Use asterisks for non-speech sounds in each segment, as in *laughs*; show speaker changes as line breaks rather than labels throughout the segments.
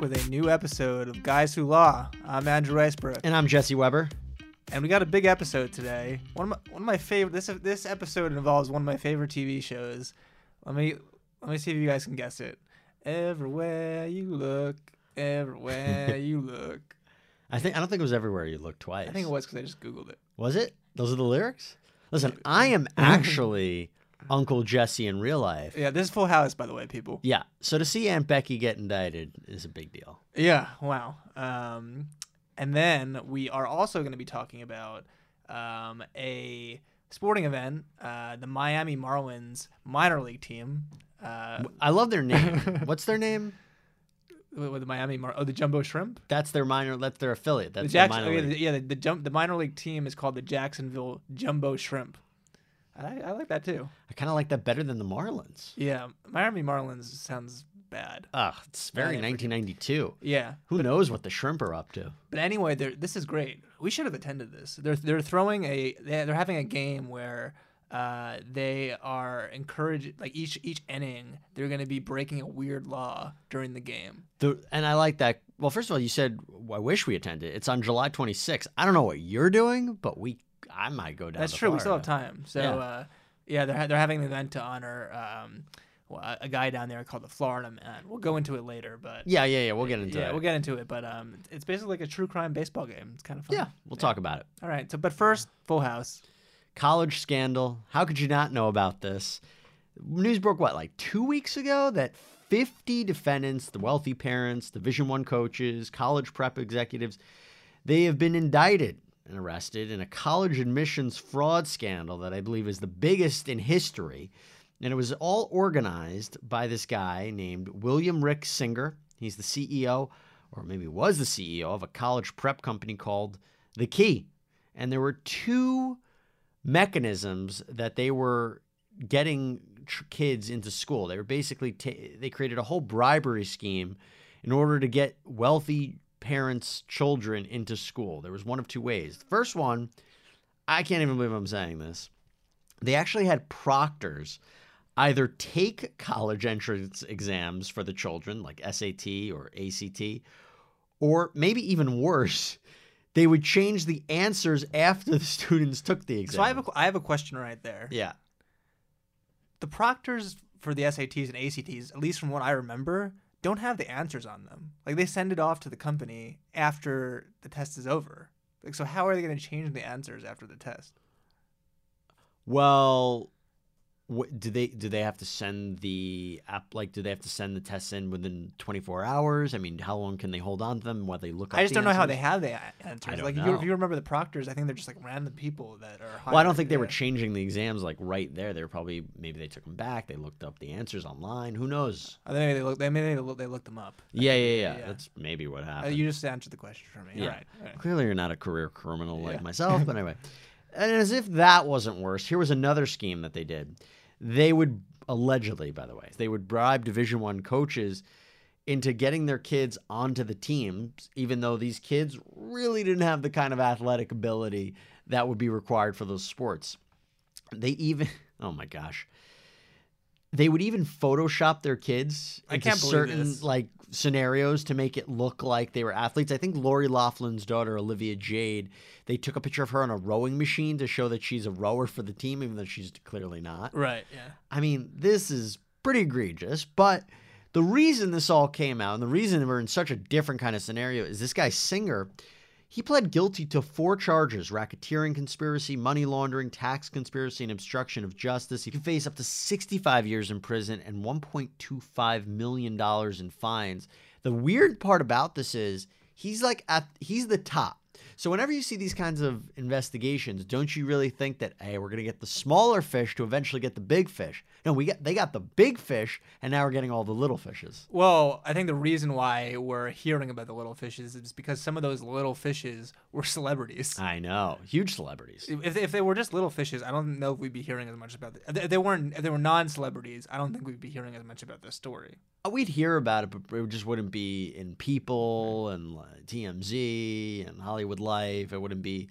with a new episode of Guys Who Law. I'm Andrew Icebrook,
And I'm Jesse Weber.
and we got a big episode today. One of my, one of my favorite. This this episode involves one of my favorite TV shows. Let me let me see if you guys can guess it. Everywhere you look, everywhere you look.
I think I don't think it was everywhere you looked twice.
I think it was because I just googled it.
was it? Those are the lyrics? Listen,
*laughs*
I am actually Uncle Jesse in real life.
Yeah, this is Full House, by the way, people.
Yeah. So to see Aunt Becky get indicted is a big deal.
Yeah, wow. Um, and then we are also going to be talking about um, a sporting event, uh, the Miami Marlins minor league team. Uh,
I love
*laughs*
their name. What's their name?
with with the Miami Mar- oh the Jumbo Shrimp.
That's their minor that's their affiliate.
The
That's their
Jacks-
minor
oh, yeah,
league.
the, yeah, the, the jump the minor league team is called the Jacksonville Jumbo Shrimp. I, I like that too.
I kinda like that better than the Marlins.
Yeah, Miami Marlins sounds bad.
Ugh, it's very
Yeah, for-
nineteen ninety two.
Yeah,
Who knows what the shrimp are up to?
But anyway, they're- this is great. We should have attended this. They're they're throwing a they're they're having a game where uh, they are encouraged like each each inning they're going to be breaking a weird law during the game.
The, and I like that. Well, first of all, you said I wish we attended. It's on July 26th. I don't know what you're doing, but we I might go down.
That's
to
true. We still have
Florida.
time. So yeah,
Yeah.
uh, yeah they're ha- they're having an event to honor um, well, a- a guy down there called the Florida Man. We'll go into it later, but
Yeah, yeah, yeah. We'll get into
yeah,
it.
we'll get into it. But um, it's basically like a true crime baseball game. It's kind of fun.
yeah, we'll talk about it.
All right. So, but first, Full House.
College scandal. How could you not know about this? News broke what like two weeks ago that 50 defendants, the wealthy parents, Division One coaches, college prep executives, they have been indicted and arrested in a college admissions fraud scandal that I believe is the biggest in history. And it was all organized by this guy named William Rick Singer. He's the CEO, or maybe was the CEO, of a college prep company called The Key. And there were two mechanisms that they were getting tr- kids into school. They were basically ta they created a whole bribery scheme in order to get wealthy parents' children into school. There was one of two ways. The first one, I can't even believe I'm saying this. They actually had proctors either take college entrance exams for the children like SAT or ACT or maybe even worse, they would change the answers after the *laughs* students took the exam.
So I have a, I have a question right there.
Yeah.
the proctors for the SATs and ACTs, at least from what I remember, don't have the answers on them. Like they send it off to the company after the test is over. Like so how are they going to change the answers after the test?
Well, what, do they do they have to send the app like do they have to send the tests in within 24 hours? I mean, how long can they hold on to them while they look up
I just
the
don't know how they
answers?
have the a- answers.
don't
Like if you,
know.
if you remember the proctors, I think they're just like random people that are hired.
Well, I don't think they were
Yeah.
changing the exams like right there. They were probably maybe they took them back. They looked up the answers online. Who knows?
Oh, maybe they look they maybe they look, they looked them up.
Yeah, yeah, yeah.
yeah.
That's maybe what
Uh,
happened.
you just answered the question for me.
Yeah.
All right. All right.
Clearly, you're not a career criminal like
Yeah. *laughs*
myself, but anyway. And as if that wasn't worse, here was another scheme that they did. They would allegedly, by the way, they would bribe Division One coaches into getting their kids onto the teams, even though these kids really didn't have the kind of athletic ability that would be required for those sports. They even, *laughs* oh my gosh, they would even Photoshop their kids
I
into
can't believe
certain
this.
like scenarios to make it look like they were athletes. I think Lori Laughlin's daughter Olivia Jade, they took a picture of her on a rowing machine to show that she's a rower for the team, even though she's clearly not.
Right. Yeah.
I mean, this is pretty egregious, but the reason this all came out and the reason we're in such a different kind of scenario is this guy Singer, he pled guilty to four charges racketeering conspiracy, money laundering, tax conspiracy, and obstruction of justice. He could face up to 65 years in prison and $1.25 million in fines. The weird part about this is he's like at he's the top. So whenever you see these kinds of investigations, don't you really think that hey, we're gonna get the smaller fish to eventually get the big fish? No, we got they got the big fish, and now we're getting all the little fishes.
Well, I think the reason why we're hearing about the little fishes is because some of those little fishes were celebrities.
I know, huge celebrities.
If, if they were just little fishes, I don't know if we'd be hearing as much about it. If they weren't, if they were non-celebrities, I don't think we'd be hearing as much about this story.
Uh, We'd hear about it, but it just wouldn't be in People and uh, TMZ and Hollywood Life. It wouldn't be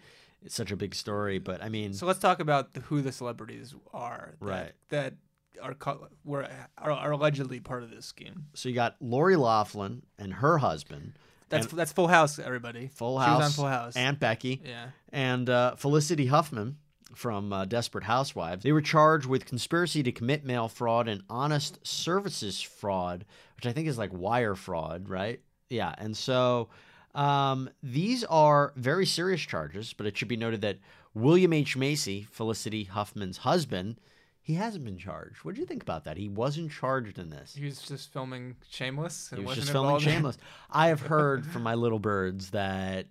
such a big story. But I mean,
So let's talk about the, who the celebrities are. That,
Mm. Right.
That are co- were are, are allegedly part of this scheme.
So you got Lori Laughlin and her husband,
That's that's Full House, everybody.
Full
She
House,
was on Full House.
Aunt Becky,
yeah,
and uh, Felicity Huffman from uh, Desperate Housewives. They were charged with conspiracy to commit mail fraud and honest services fraud, which I think is like wire fraud, right? Yeah. And so um, these are very serious charges, but it should be noted that William H. Macy, Felicity Huffman's husband, he hasn't been charged. What do you think about that? He wasn't charged in this.
he was just filming Shameless. And
He was
wasn't
just filming
involved in- *laughs*
Shameless. I have heard from my little birds that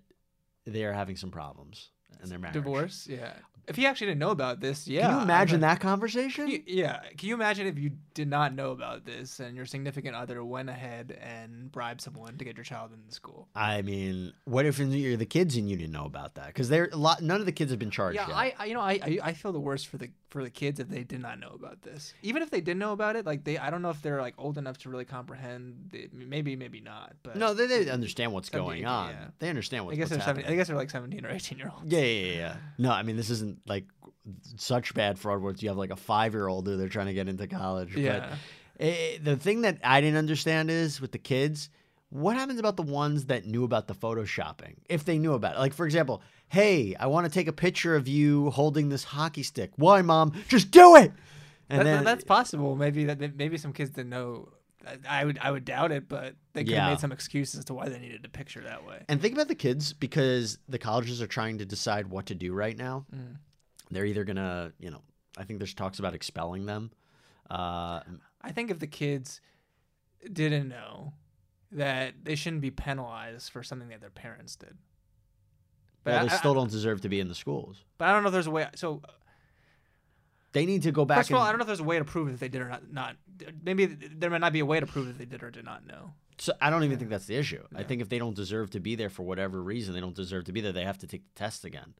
they are having some problems in their marriage.
Divorce. Yeah. If he actually didn't know about this, yeah.
Can you imagine
that?
that conversation?
Y- Yeah. Can you imagine if you did not know about this and your significant other went ahead and bribed someone to get your child into school?
I mean, what if you're the kids and you didn't know about that? Because they're a lot. None of the kids have been charged
Yeah,
yet.
I, I you know I, I I feel the worst for the for the kids if they did not know about this. Even if they did know about it, like they I don't know if they're like old enough to really comprehend. The, maybe maybe not. But
no, they, they understand what's
Seventeen,
going on.
yeah.
They understand what-
I guess they're
what's happening.
seventeen. I guess they're like seventeen or eighteen year olds.
Yeah, yeah, yeah, yeah. No, I mean this isn't like such bad fraud where you have like a five year old who they're trying to get into college.
Yeah.
But eh, the thing that I didn't understand is with the kids, what happens about the ones that knew about the photoshopping? If they knew about it, like for example, hey, I want to take a picture of you holding this hockey stick. Why, mom? Just do it. And
That- that-
then
that's possible. Maybe that that- maybe some kids didn't know. I- I would I would doubt it, but they could have
Yeah.
made some excuses as to why they needed a picture that way.
And think about the kids because the colleges are trying to decide what to do right now.
Mm.
They're either gonna, you know, I think there's talks about expelling them. Uh,
I think if the kids didn't know that they shouldn't be penalized for something that their parents did. But,
well,
I,
they
I-
still don't deserve to be in the schools.
but I don't know if there's a way. So
They need to go back.
first of all,
and-
I don't know if there's a way to prove if they did or not. not maybe there might not be a way to prove that they did or did not know.
So I don't even think that's the issue. I think if they don't deserve to be there for whatever reason, they don't deserve to be there. They have to take the test again,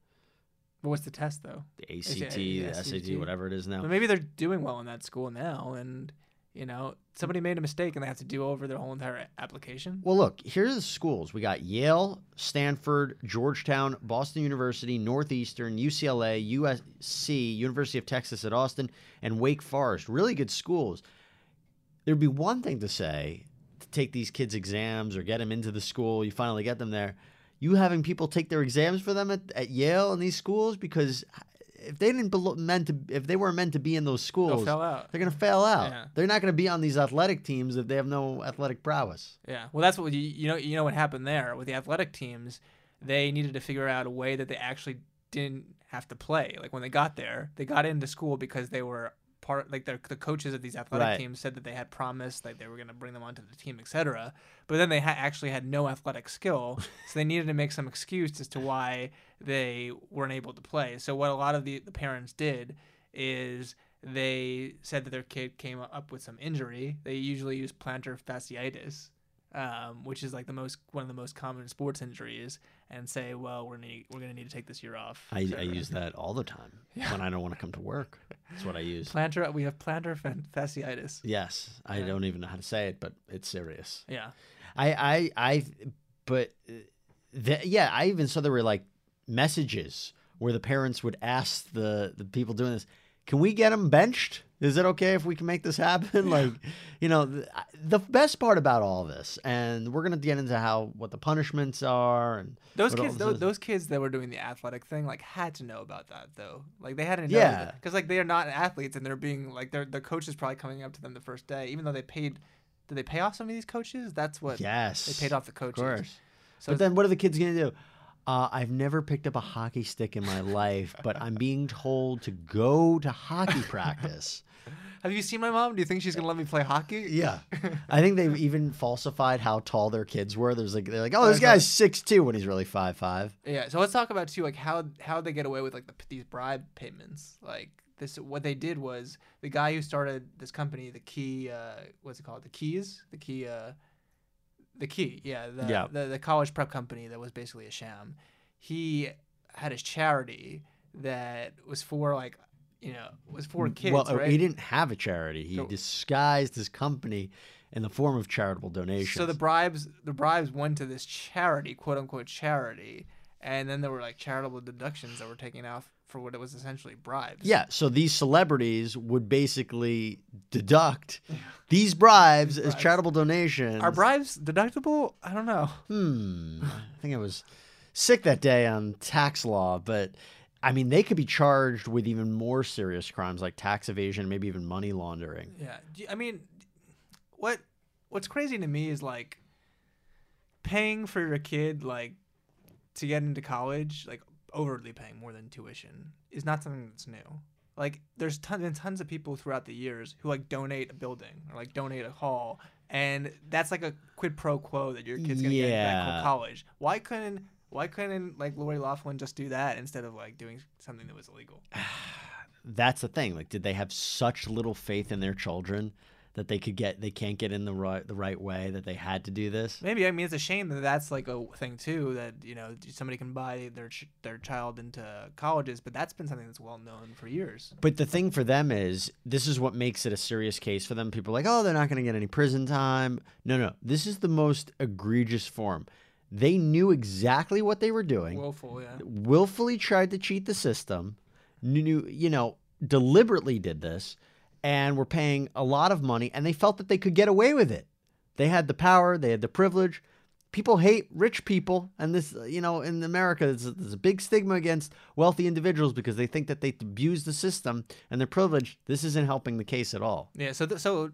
But what's the test though?
the ACT,
yeah,
the SAT,
SAT.
whatever it is now.
But maybe they're doing well in that school now, and you know somebody made a mistake and they have to do over their whole entire application.
Well, look, here are the schools. We got Yale, Stanford, Georgetown, Boston University, Northeastern, UCLA, USC, University of Texas at Austin, and Wake Forest. Really good schools. There'd be one thing to say to take these kids' exams or get them into the school. You finally get them there. You having people take their exams for them at, at Yale and these schools because if they didn't belo- meant to, if they weren't meant to be in those schools,
fell out.
they're gonna fail out.
Yeah.
They're not gonna be on these athletic teams if they have no athletic prowess.
Yeah. Well, that's what you, you know. You know what happened there with the athletic teams. They needed to figure out a way that they actually didn't have to play. Like when they got there, they got into school because they were part. Like their, the coaches of these athletic
Right.
teams said that they had promised, like they were going to bring them onto the team, etc. But then they ha- actually had no athletic skill, so they needed to make some excuse as to why they weren't able to play. So what a lot of the, the parents did is they said that their kid came up with some injury. They usually use plantar fasciitis, um, which is like the most one of the most common sports injuries, and say, "Well, we're gonna we're gonna need to take this year off."
I,
etc.
I use that all the time when I don't want to come to work.
*laughs*
That's what I use.
plantar. We have plantar fa- fasciitis.
Yes, I don't even know how to say it, but it's serious.
Yeah,
I, I, I, but uh, the, yeah, I even saw there were like messages where the parents would ask the the people doing this, "Can we get them benched? Is it okay if we can make this happen?" Like, you know, the, the best part about all this, and we're gonna get into how what the punishments are and
those
what all
kids,
this
those,
is.
those kids that were doing the athletic thing, like had to know about that though. Like they had to know,
Yeah.
because like they are not athletes, and they're being like their their coach is probably coming up to them the first day, even though they paid. Did they pay off some of these coaches? That's what.
yes,
They paid off the coaches.
course.
So
but then what are the kids going to do? Uh, I've never picked up a hockey stick in
*laughs*
my life, but I'm being told to go to
*laughs*
hockey practice.
have you seen my mom? Do you think she's gonna let me play hockey?
Yeah. I think they've even falsified how tall their kids were. There's like they're like, "Oh, this
That's right.
guy's 6'2" when he's really 5'5."
Yeah, so let's talk about too, like how how they get away with like the, these bribe payments. Like this, what they did was the guy who started this company, the Key, uh, what's it called, the Keys, the Key, uh, the Key, yeah, the,
Yeah.
the the college prep company that was basically a sham. He had his charity that was for like, you know, was for kids,
well, uh,
right?
he didn't have a charity. He
So-
disguised his company in the form of charitable donations.
So the bribes, the bribes went to this charity, quote unquote charity, and then there were like charitable deductions that were taken off for what it was essentially bribes.
Yeah, so these celebrities would basically
*laughs*
deduct these bribes, as
bribes.
charitable donations.
Are bribes deductible? I don't know.
Hmm. I think I was sick that day on tax law, but I mean, they could be charged with even more serious crimes like tax evasion, maybe even money laundering.
Yeah. Do you- I mean, what what's crazy to me is like paying for your kid like to get into college, like overtly paying more than tuition is not something that's new. Like there's ton, been tons of people throughout the years who like donate a building or like donate a hall and that's like a quid pro quo that your kid's gonna get into that
Yeah.
co- college. Why couldn't why couldn't like Lori Laughlin just do that instead of like doing something that was illegal?
That's the thing. Like, did they have such little faith in their children that they could get, they can't get in the right, the right way, that they had to do this?
Maybe I mean it's a shame that that's like a thing too that you know somebody can buy their ch- their child into colleges, but that's been something that's well known for years.
But the thing for them is, this is what makes it a serious case for them. People are like, oh, they're not going to get any prison time. No, no. This is the most egregious form. They knew exactly what they were doing.
Willful, yeah.
willfully tried to cheat the system, knew, knew- you know, deliberately did this, and were paying a lot of money, and they felt that they could get away with it. They had the power, they had the privilege. People hate rich people, and this, uh, you know, in America, there's a, there's a big stigma against wealthy individuals because they think that they abuse the system and their privilege. This isn't helping the case at all.
Yeah. So th- so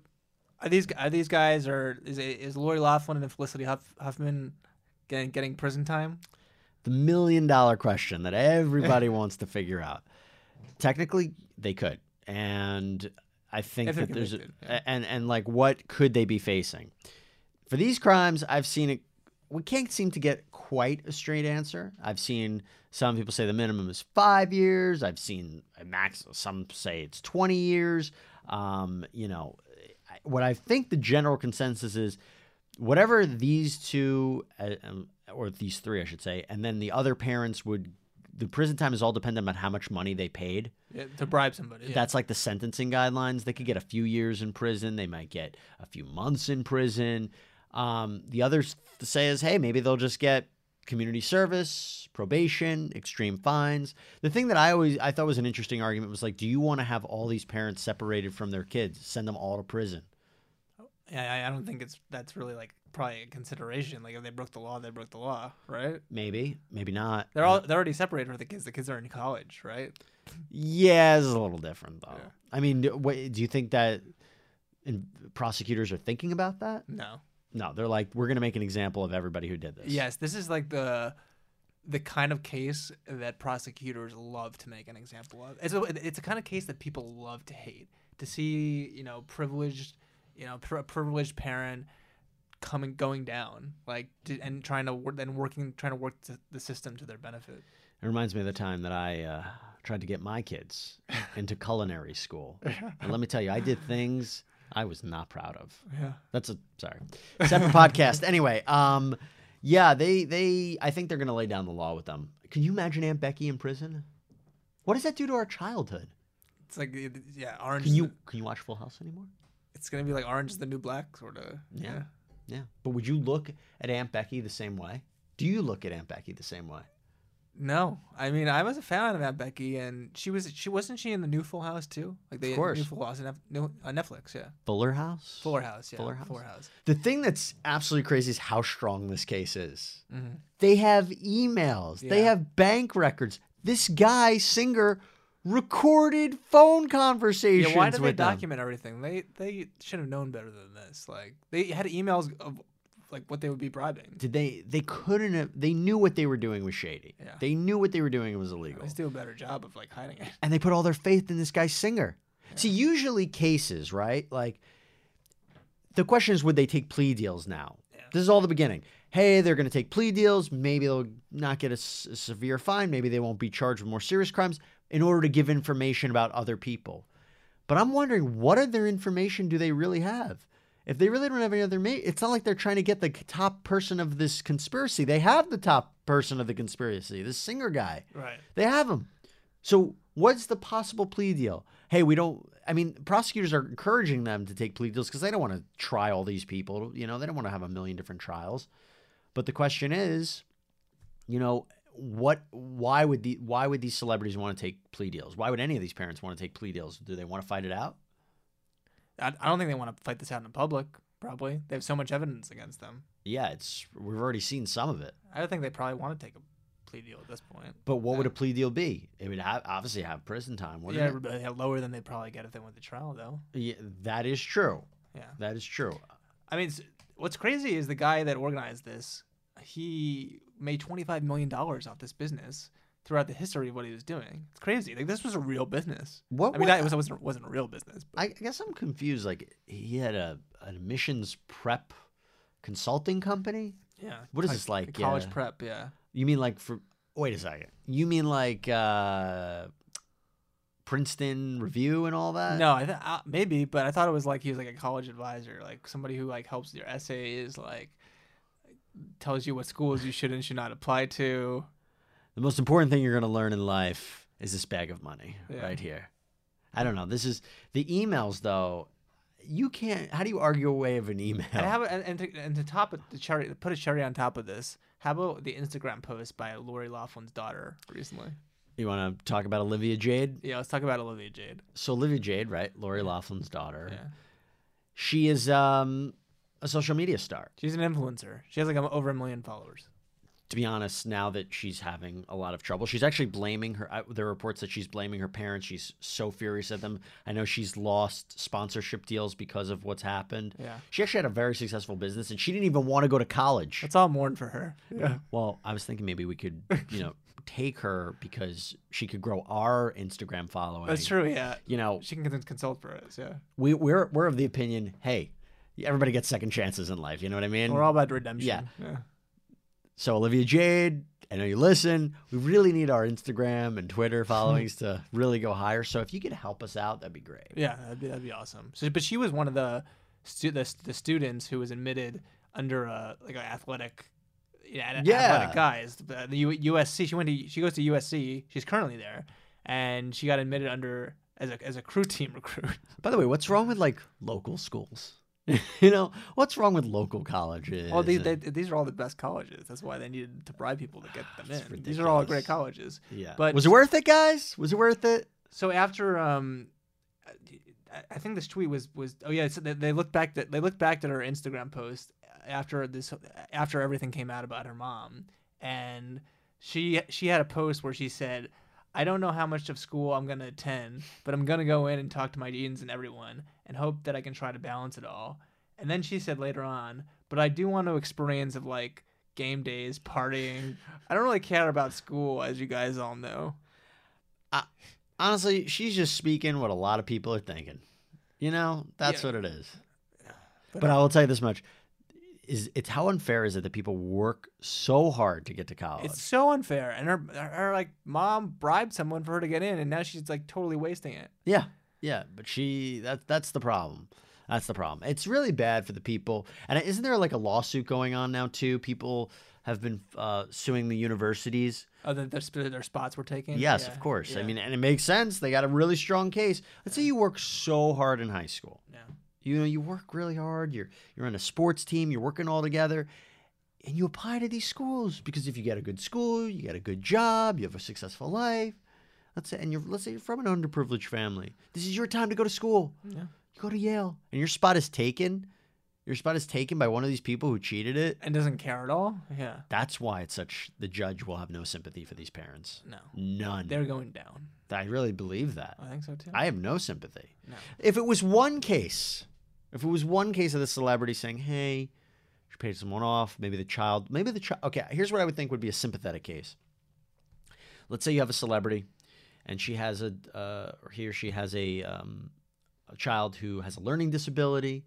are these are these guys or is it, is Lori Laughlin and Felicity Huff- Huffman getting getting prison time?
The million dollar question that everybody *laughs* wants to figure out. Technically, they could, and I think
If they're
that there's a,
convicted, yeah.
and and like what could they be facing for these crimes? I've seen it. We can't seem to get quite a straight answer. I've seen some people say the minimum is five years. I've seen a max. Some say it's twenty years. Um, you know, I- what I think the general consensus is whatever these two uh, um, or these three i should say and then the other parents would the prison time is all dependent on how much money they paid
Yeah, to bribe somebody. Yeah.
that's like the sentencing guidelines they could get a few years in prison they might get a few months in prison um, the others th- say is hey maybe they'll just get community service probation extreme fines the thing that i always i thought was an interesting argument was like do you want to have all these parents separated from their kids send them all to prison
yeah. I, I don't think it's that's really like probably a consideration. Like if they broke the law, they broke the law, right?
maybe maybe not
They're all they're already separated from the kids. The kids are in college, right?
Yeah, it's a little different though.
Yeah.
I mean, do, what, do you think that in, prosecutors are thinking about that?
No.
No, they're like, we're going to make an example of everybody who did this.
Yes, this is like the the kind of case that prosecutors love to make an example of. It's a, it's a kind of case that people love to hate to see, you know, privileged, you know, pri privileged parent coming going down like to, and trying to work and working trying to work to the system to their benefit.
It reminds me of the time that I uh, tried to get my kids into culinary school. and let me tell you, I did things I was not proud of.
Yeah.
That's a sorry. Separate podcast. Anyway, um yeah, they they I think they're going to lay down the law with them. Can you imagine Aunt Becky in prison? What does that do to our childhood?
It's like yeah, orange
Can
is
you
the-
can you watch Full House anymore?
it's going to be like orange is the new black sort of.
Yeah. Yeah. But would you look at Aunt Becky the same way? Do you look at Aunt Becky the same way?
No, I mean I was a fan of Aunt Becky, and she was she wasn't she in the new Full House too? Like they
course.
new Full House on Nef- new- on Netflix, yeah.
Fuller House?
Fuller House, yeah.
Fuller House?
Fuller House.
The thing that's absolutely crazy is how strong this case is. They have emails, they
Yeah.
have bank records. This guy, singer, recorded phone conversations
Yeah, why did they
with um, them.
document everything? They they should have known better than this. Like they had emails of like what they would be bribing.
Did they they couldn't have they knew what they were doing was shady.
Yeah.
They knew what they were doing was illegal.
They do a better job of like hiding it.
and they put all their faith in this guy's singer. See, usually cases, right? Like, the question is, would they take plea deals now? This is all the beginning. Hey, they're going to take plea deals. Maybe they'll not get a, s- a severe fine. Maybe they won't be charged with more serious crimes in order to give information about other people. But I'm wondering, what other information do they really have? If they really don't have any other, ma- it's not like they're trying to get the top person of this conspiracy. They have the top person of the conspiracy, this singer guy.
Right.
They have them. So what's the possible plea deal? Hey, we don't. I mean, prosecutors are encouraging them to take plea deals because they don't want to try all these people. You know, they don't want to have a million different trials. But the question is, you know, what why would the why would these celebrities want to take plea deals? Why would any of these parents want to take plea deals? Do they want to fight it out?
I, I don't think they want to fight this out in public. Probably they have so much evidence against them.
Yeah, it's we've already seen some of it.
I don't think they probably want to take a plea deal at this point.
But what would
Yeah.
a plea deal be? It would have, obviously have prison time, wouldn't
yeah,
it?
but yeah, lower than they probably get if they went to trial though.
Yeah, that is true.
Yeah.
That is true.
I mean, s- what's crazy is the guy that organized this. He made twenty five million dollars off this business throughout the history of what he was doing. It's crazy. Like this was a real business.
What
I mean,
wa-
that was wasn't wasn't a real business. But
I I guess I'm confused. Like he had a an admissions prep consulting company.
yeah,
What is this like?
College
uh,
prep. Yeah.
You mean like for? Wait a second. You mean like uh, Princeton Review and all that?
No, I th- uh, maybe, but I thought it was like he was like a college advisor, like somebody who like helps your essays, like tells you what schools you should and should not apply to.
The most important thing you're going to learn in life is this bag of money
Yeah.
right here. I don't know. This is the emails though. You can't. How do you argue away of an email?
And how about and, and, to, and to top it, the cherry, to put a cherry on top of this. How about the Instagram post by Lori Laughlin's daughter recently?
you want to talk about Olivia Jade?
Yeah, let's talk about Olivia Jade.
So Olivia Jade, right? Lori Laughlin's daughter.
Yeah.
She is um, a social media star.
She's an influencer. She has like a- over a million followers.
to be honest, now that she's having a lot of trouble, she's actually blaming her. I- There are reports that she's blaming her parents. She's so furious at them. I know she's lost sponsorship deals because of what's happened.
Yeah.
She actually had a very successful business and she didn't even want to go to college.
Let's all mourn for her. Yeah.
Well, I was thinking maybe we could,
*laughs*
you know, take her because she could grow our Instagram following.
That's true. Yeah.
You know,
She can cons- consult for us. Yeah.
we, we're, we're of the opinion hey, everybody gets second chances in life. You know what I mean?
We're all about redemption.
Yeah.
yeah.
So Olivia Jade, I know you listen. We really need our Instagram
*laughs*
and Twitter followings to really go higher. So if you could help us out, that'd be great.
Yeah, that'd be, that'd be awesome. So, but she was one of the, stu- the the students who was admitted under a like an athletic, yeah,
Yeah.
athletic guys. The, the U- USC. She went to she goes to USC. She's currently there, and she got admitted under as a as a crew *laughs* team recruit.
By the way, what's wrong with like local schools? *laughs* you know, what's wrong with local colleges?
All these
and-
Oh, they, these are all the best colleges. That's why they needed to bribe people to get them in. These are all
ridiculous.
great colleges.
yeah.
but-
was it worth it, guys? Was it worth it?
So after um, I- I think this tweet was was oh yeah so they, they looked back that they looked back at her Instagram post after this after everything came out about her mom and she she had a post where she said I don't know how much of school I'm gonna attend but I'm gonna go in and talk to my deans and everyone and hope that I can try to balance it all and then she said later on but I do want to experience of like game days partying I don't really care about school as you guys all know
Honestly, she's just speaking what a lot of people are thinking. You know, that's
Yeah.
what it is.
But
But, I will tell you this much: is it's how unfair is it that people work so hard to get to college?
It's so unfair. And her, her, her, like mom bribed someone for her to get in, and now she's like totally wasting it.
Yeah, yeah, but she that that's the problem. That's the problem. It's really bad for the people. And isn't there like a lawsuit going on now too? People have been uh, suing the universities.
Oh, that their, sp- their spots were taken.
Yes,
Yeah,
of course. I
yeah,
mean, and it makes sense. They got a really strong case. Let's say you work so hard in high school.
yeah.
You know, you work really hard. You're you're on a sports team. You're working all together, and you apply to these schools because if you get a good school, you get a good job, you have a successful life. Let's say, and you're let's say you're from an underprivileged family. This is your time to go to school.
Yeah.
You go to Yale, and your spot is taken. Your spot is taken by one of these people who cheated it.
and doesn't care at all. Yeah,
That's why it's such. The judge will have no sympathy for these parents.
no,
None.
they're going down.
I really believe that.
I think so too.
I have no sympathy.
No.
If it was one case, if it was one case of the celebrity saying, "Hey, she paid someone off," maybe the child, maybe the child. Okay, here's what I would think would be a sympathetic case. Let's say you have a celebrity, and she has a, uh, or he or she has a, um, a child who has a learning disability,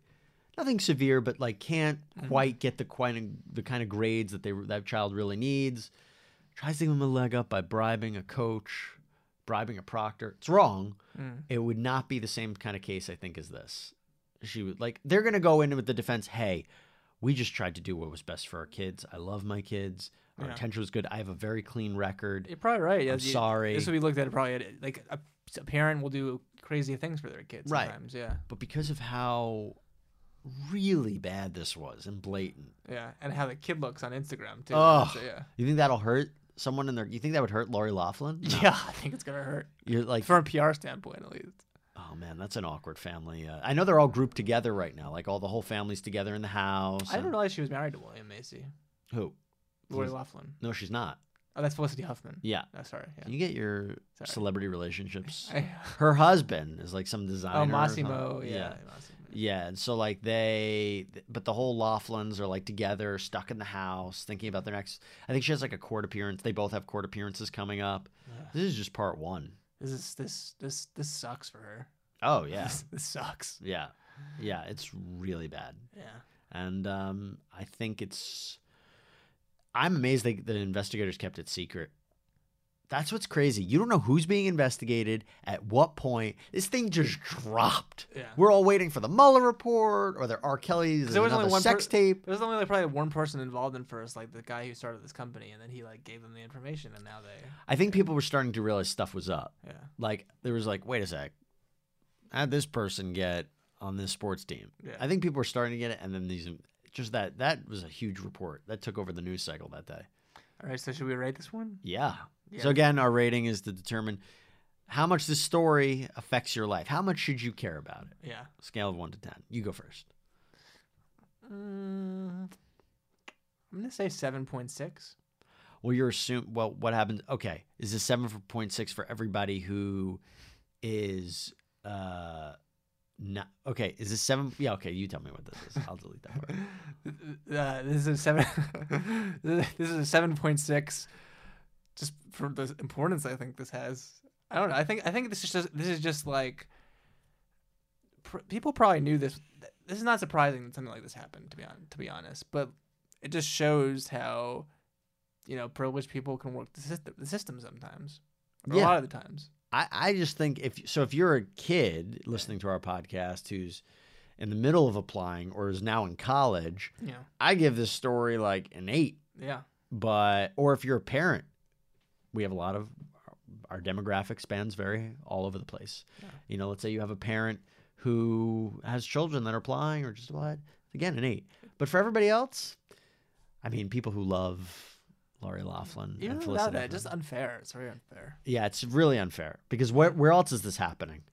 nothing severe, but like can't
Mm-hmm.
quite get the quite the kind of grades that they that child really needs. Tries to give him a leg up by bribing a coach, bribing a proctor. It's wrong,
Mm.
it would not be the same kind of case I think as this. She would like they're gonna go in with the defense. Hey, we just tried to do what was best for our kids. I love my kids. Our
Yeah.
intention was good. I have a very clean record.
You're probably right. Yeah,
I'm
you-
sorry.
This would be looked at probably at, like a, a parent will do crazy things for their kids.
Right.
Sometimes. Yeah,
But because of how really bad this was and blatant,
yeah, and how the kid looks on Instagram too.
Ugh.
So, yeah,
you think that'll hurt? someone in their? You think that would hurt Lori Laughlin? No.
Yeah, *laughs* I think it's gonna hurt
You're like,
from a PR standpoint at least.
oh man, that's an awkward family. Uh, I know they're all grouped together right now. Like all the whole family's together in the house.
I didn't
and-
realize she was married to William Macy.
Who?
Lori
Who's-
Laughlin.
No, she's not.
Oh, that's Felicity Huffman.
Yeah.
No, sorry. Yeah.
You get your
Sorry.
celebrity relationships.
I-
Her husband is like some
*laughs*
designer.
oh,
or
Massimo.
something.
Yeah.
yeah.
Massimo.
Yeah, and so like they, but the whole Laughlins are like together, stuck in the house, thinking about their next. I think she has like a court appearance. They both have court appearances coming up.
Ugh.
This is just part one.
This is this this this sucks for her.
Oh yeah,
This, *laughs* this sucks.
yeah, yeah. It's really bad,
Yeah.
and um, I think it's. I'm amazed they, the investigators kept it secret. That's what's crazy. You don't know who's being investigated at what point. This thing just dropped.
Yeah.
We're all waiting for the Mueller report or their R. Kelly's
There was only
another
one
sex
per-
tape.
It was only like probably one person involved in first, like the guy who started this company, and then he like gave them the information, and now they.
I think people were starting to realize stuff was up.
Yeah.
Like there was like, wait a sec, how'd this person get on this sports team?
Yeah.
I think people were starting to get it, and then these just that that was a huge report that took over the news cycle that day.
All right. So should we rate this one?
Yeah.
Yeah.
So again, our rating is to determine how much this story affects your life. How much should you care about it?
Yeah.
Scale of one to ten. You go first.
Mm, I'm gonna say seven point six.
Well, you're assume. Well, what happens? Okay, is this seven point six for everybody who is uh not okay? Is this seven? Yeah, okay. You tell me what this is. I'll delete that part.
Uh, this is a seven. *laughs* this is a seven point six. Just for the importance, I think this has. I don't know. I think I think this is just this is just like. Pr- people probably knew this. This is not surprising that something like this happened. To be on, to be honest, but it just shows how, you know, privileged people can work the system. The system sometimes, Or a
Yeah.
lot of the times.
I I just think if so, if you're a kid listening to our podcast who's in the middle of applying or is now in college,
Yeah,
I give this story like an eight.
yeah,
But or if you're a parent, we have a lot of our demographic spans very all over the place.
Yeah.
You know, let's say you have a parent who has children that are applying or just applied. Again, an eight. But for everybody else, I mean, people who love Laurie Laughlin
even
and
without
Felicity.
that, just uh,
Huffman.
unfair. It's very unfair.
yeah, it's really unfair because where where else is this happening,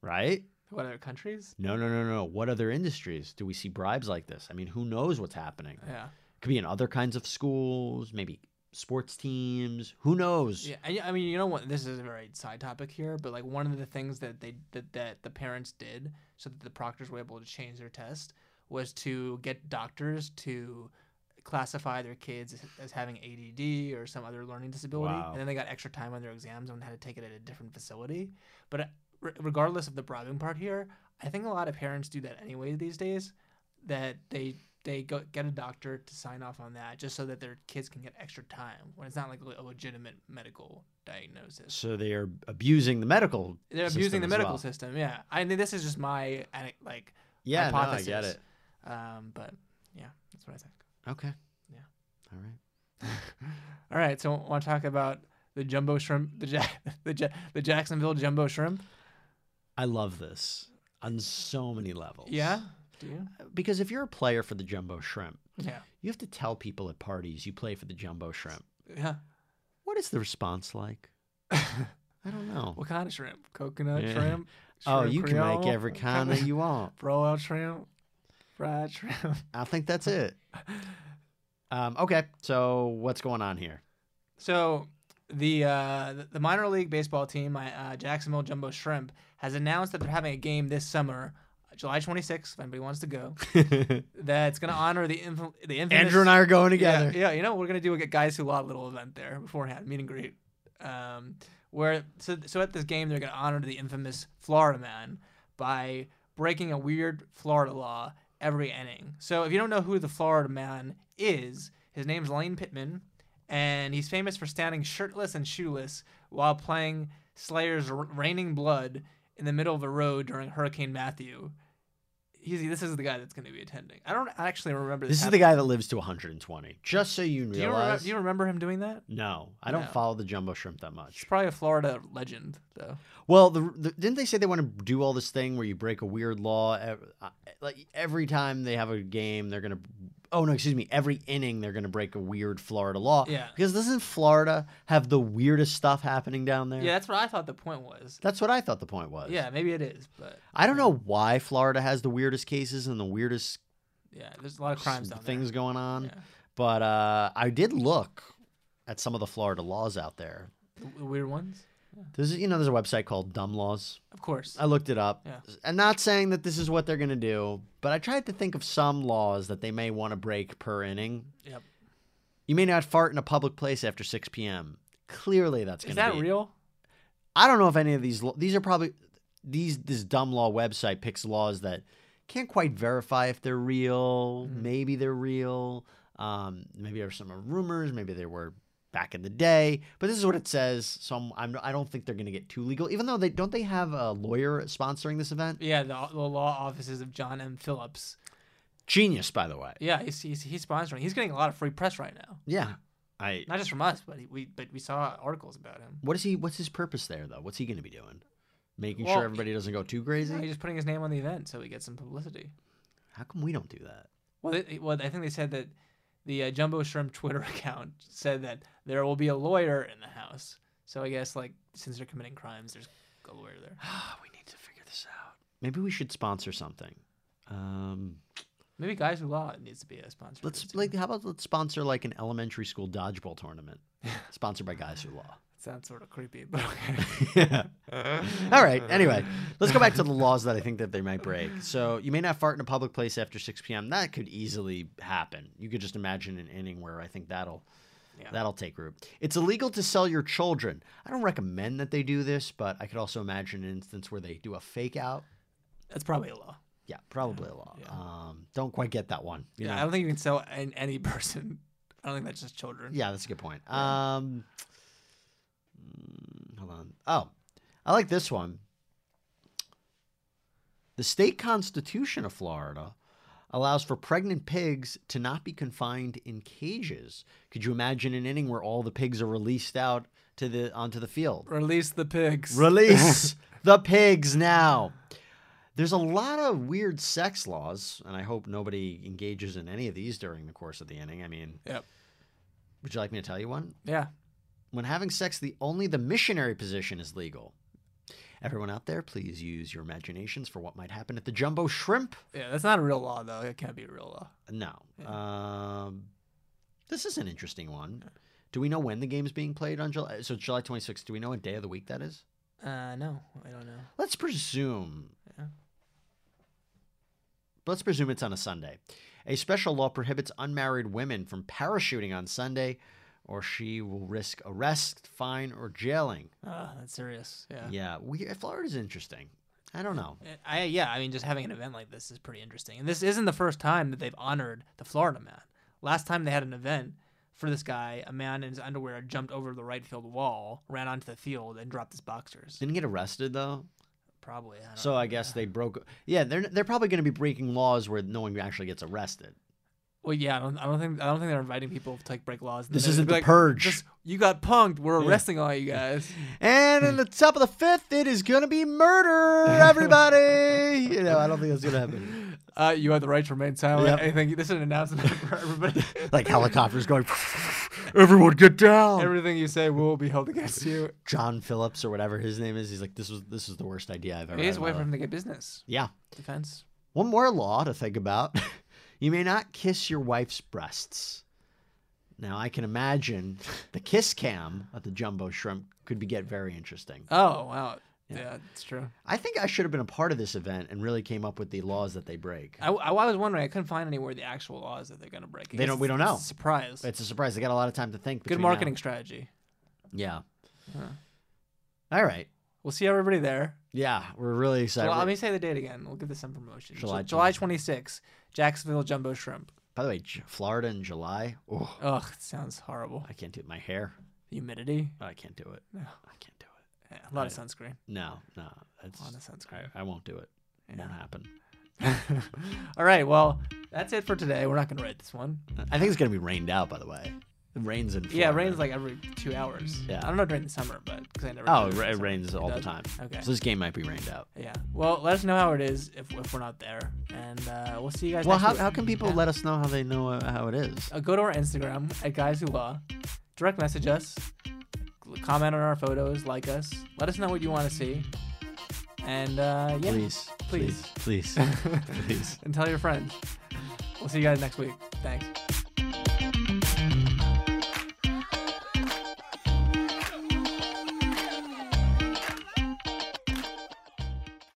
right?
What other countries?
No, no, no, no. What other industries do we see bribes like this? I mean, who knows what's happening?
Yeah.
Could be in other kinds of schools, maybe sports teams. Who knows?
Yeah, and, I mean, you know what? This is a very side topic here, but like one of the things that they that, that the parents did so that the proctors were able to change their test was to get doctors to classify their kids as, as having ADD or some other learning disability,
Wow.
and then they got extra time on their exams and had to take it at a different facility. But uh, re- regardless of the bribing part here, I think a lot of parents do that anyway these days. That they they go get a doctor to sign off on that just so that their kids can get extra time when it's not like a legitimate medical diagnosis.
So they are abusing the medical.
They're
system
abusing the
as
medical
well.
system. Yeah, I mean this is just my ana- like,
Yeah, no, I
hypothesis.
get it.
um, but yeah, that's what I think.
Okay.
Yeah.
All right.
All right, so want to talk about the jumbo shrimp, the ja- *laughs* the, ja- the Jacksonville jumbo shrimp?
I love this on so many levels.
Yeah, do you?
Because if you're a player for the Jumbo Shrimp,
Yeah,
you have to tell people at parties you play for the Jumbo Shrimp.
yeah.
What is the
*laughs*
response like? I don't know.
What kind of shrimp? Coconut
Yeah.
shrimp.
oh,
shrimp
you can make
Creole?
every kind that you want.
broiled shrimp, fried
*laughs*
shrimp.
I think
*laughs*
that's it. Um, okay, so what's going on here? *laughs*
So the uh, the- the minor league baseball team, my uh, Jacksonville Jumbo Shrimp, has announced that they're having a game this summer, July 26th. If anybody wants to go, that's going to honor the inf- the infamous.
Andrew and I are going
yeah,
together.
yeah, you know we're going to do a guys who lot little event there beforehand, meet and greet. Um, where so so at this game they're going to honor the infamous Florida man by breaking a weird Florida law every inning. So if you don't know who the Florida man is, his name's Lane Pittman, and he's famous for standing shirtless and shoeless while playing Slayer's R- Raining Blood in the middle of a road during Hurricane Matthew. He's, this is the guy that's going to be attending. I don't actually remember this.
This is the guy that lives to 120. Just so you
Do you, remember,
realize.
do you remember him doing that?
no, I don't
No.
follow the Jumbo Shrimp that
He's
much.
probably a Florida legend, though.
Well, the, the, didn't they say they want to do all e, this thing where you break a weird law? ev- uh, Like every time they have a game, they're going to oh no, excuse me, every inning they're going to break a weird Florida law.
Yeah.
Because doesn't Florida have the weirdest stuff happening down there?
Yeah, that's what I thought the point was.
That's what I thought the point was.
Yeah, maybe it is, but
I don't know why Florida has the weirdest cases and the weirdest
yeah, there's a lot of crimes down
things going on.
Yeah.
But uh, I did look at some of the Florida laws out there.
there. The weird ones,
There's you know there's a website called Dumb Laws.
of course.
I looked it up.
Yeah.
And not saying that this is what they're going to do, but I tried to think of some laws that they may want to break per inning.
Yep.
You may not fart in a public place after 6 p.m. Clearly that's going
Is
to
that
be
real?
I don't know if any of these lo- these are probably these this dumb law website picks laws that can't quite verify if they're real.
Mhm.
Maybe they're real. Um, maybe there are some rumors. Maybe they were back in the day. But this is what it says. So I'm, I'm I don't think they're going to get too legal. Even though they don't they have a lawyer sponsoring this event.
Yeah, the, the law offices of John M. Phillips.
Genius, by the way.
Yeah, he's, he's he's sponsoring. He's getting a lot of free press right now,
Yeah. I.
not just from us, but he, we but we saw articles about him.
What is he? What's his purpose there though? What's he going to be doing? Making
Well,
sure everybody doesn't go too
Yeah,
crazy.
he's just putting his name on the event so he gets some publicity.
How come we don't do that?
Well, they, well, I think they said that the uh, Jumbo Shrimp Twitter *laughs* account said that there will be a lawyer in the house. So I guess like since they're committing crimes, there's a lawyer there.
Ah, we need to figure this out. Maybe we should sponsor something. Um,
Maybe Guys Who Law needs to be a sponsor. for this,
let's
too.
like, how about let's sponsor like an elementary school dodgeball *laughs* tournament, sponsored by Guys Who Law.
sounds sort of creepy, but
*laughs*
okay.
All right. Anyway, let's go back to the laws that I think that they might break. So you may not fart in a public place after 6 p.m. That could easily happen. You could just imagine an inning where I think that'll
Yeah.
that'll take root. It's illegal to sell your children. I don't recommend that they do this, but I could also imagine an instance where they do a fake out.
that's probably a law.
Yeah, probably a law.
Yeah.
Um, don't quite get that one. you
yeah,
know?
I don't think you can sell an, any person. I don't think that's just children.
Yeah, that's a good point. Um, mm, hold on. Oh, I like this one. The state constitution of Florida allows for pregnant pigs to not be confined in cages. Could you imagine an inning where all the pigs are released out to the onto the field?
Release the pigs.
Release the pigs now. There's a lot of weird sex laws, and I hope nobody engages in any of these during the course of the inning. I mean,
Yep.
would you like me to tell you one?
yeah.
When having sex, the only the missionary position is legal. Everyone out there, please use your imaginations for what might happen at the jumbo shrimp.
Yeah, that's not a real law though. It can't be a real law.
No. Um, this is an interesting one. Do we know when the game's being played on July? So July 26th. Do we know what day of the week that is?
Uh, no, I don't know.
Let's presume.
Yeah.
Let's presume it's on a Sunday. A special law prohibits unmarried women from parachuting on Sunday, or she will risk arrest, fine, or jailing.
Ah, that's serious. Yeah.
Yeah, we, Florida's interesting. I don't know.
Uh, I yeah, I mean, just having an event like this is pretty interesting. And this isn't the first time that they've honored the Florida Man. Last time they had an event for this guy, a man in his underwear jumped over the right field wall, ran onto the field, and dropped his boxers.
Didn't he get arrested though,
Probably. I don't
so
know.
I guess they broke. Yeah, they're they're probably going to be breaking laws where no one actually gets arrested.
Well, yeah, I don't, I don't think I don't think they're inviting people to like break laws. and
This
then
isn't
be
the purge.
"Just- you got punked. We're
Yeah.
arresting all you
*laughs*
guys.
And in the top of the fifth, it is going to be murder, everybody. *laughs* you know, I don't think that's going to happen.
Uh, you have the right to remain silent.
Yep.
Anything. This is an announcement *laughs* for
*laughs*
everybody.
like helicopters going, *laughs* everyone get down.
Everything you say will be held against
*laughs*
you.
John Phillips or whatever his name is, he's like, this was this is the worst idea I've ever.
It is
had
a
in
way
my
for
life."
him to get business
Yeah,
defense.
one more law to think about. *laughs* you may not kiss your wife's breasts. Now I can imagine the kiss cam at the jumbo shrimp could be get very interesting.
Oh wow. Yeah, it's true.
I think I should have been a part of this event and really came up with the laws that they break.
I, I, I was wondering. I couldn't find anywhere the actual laws that they're gonna break. I
They
guess
don't- we
it's-
don't
it's a
know.
Surprise.
It's a surprise. They got a lot of time to think.
Good
between now-
marketing Uh-huh. strategy.
Yeah.
Huh.
All right.
We'll see everybody there.
Yeah, we're really excited.
Well, let me say the date again. We'll give this some promotion. Ju-
July
July 26, Jacksonville Jumbo Shrimp.
By the way, J- Florida in July. Oh,
Ugh, it sounds horrible.
I can't do it. My hair. Oh,
Humidity.
I can't do it.
No.
I can't do it.
Yeah, a lot of sunscreen.
No, no. That's,
A lot of sunscreen.
I, I won't do it.
*laughs*
Won't happen.
All right. Well, that's it for today. We're not going to rate this one.
I think it's gonna be rained out. By the way, It rains in Florida.
Yeah, it rains like every two hours.
Yeah.
I don't know during the summer, but because I never.
Oh,
go
it
during
ra-
the
it
summer.
rains all the
does?
time.
Okay.
So this game might be rained out.
yeah. Well, let us know how it is if, if we're not there, and uh, we'll see you guys.
Well,
next
how,
week.
how can people
Yeah.
let us know how they know uh, how it is?
uh, go to our Instagram at Guys Who Law, direct message us, comment on our photos, like us, let us know what you want to see, and uh, yeah, *laughs*
Please, please, please, please.
and tell your friends. We'll see you guys next week. Thanks.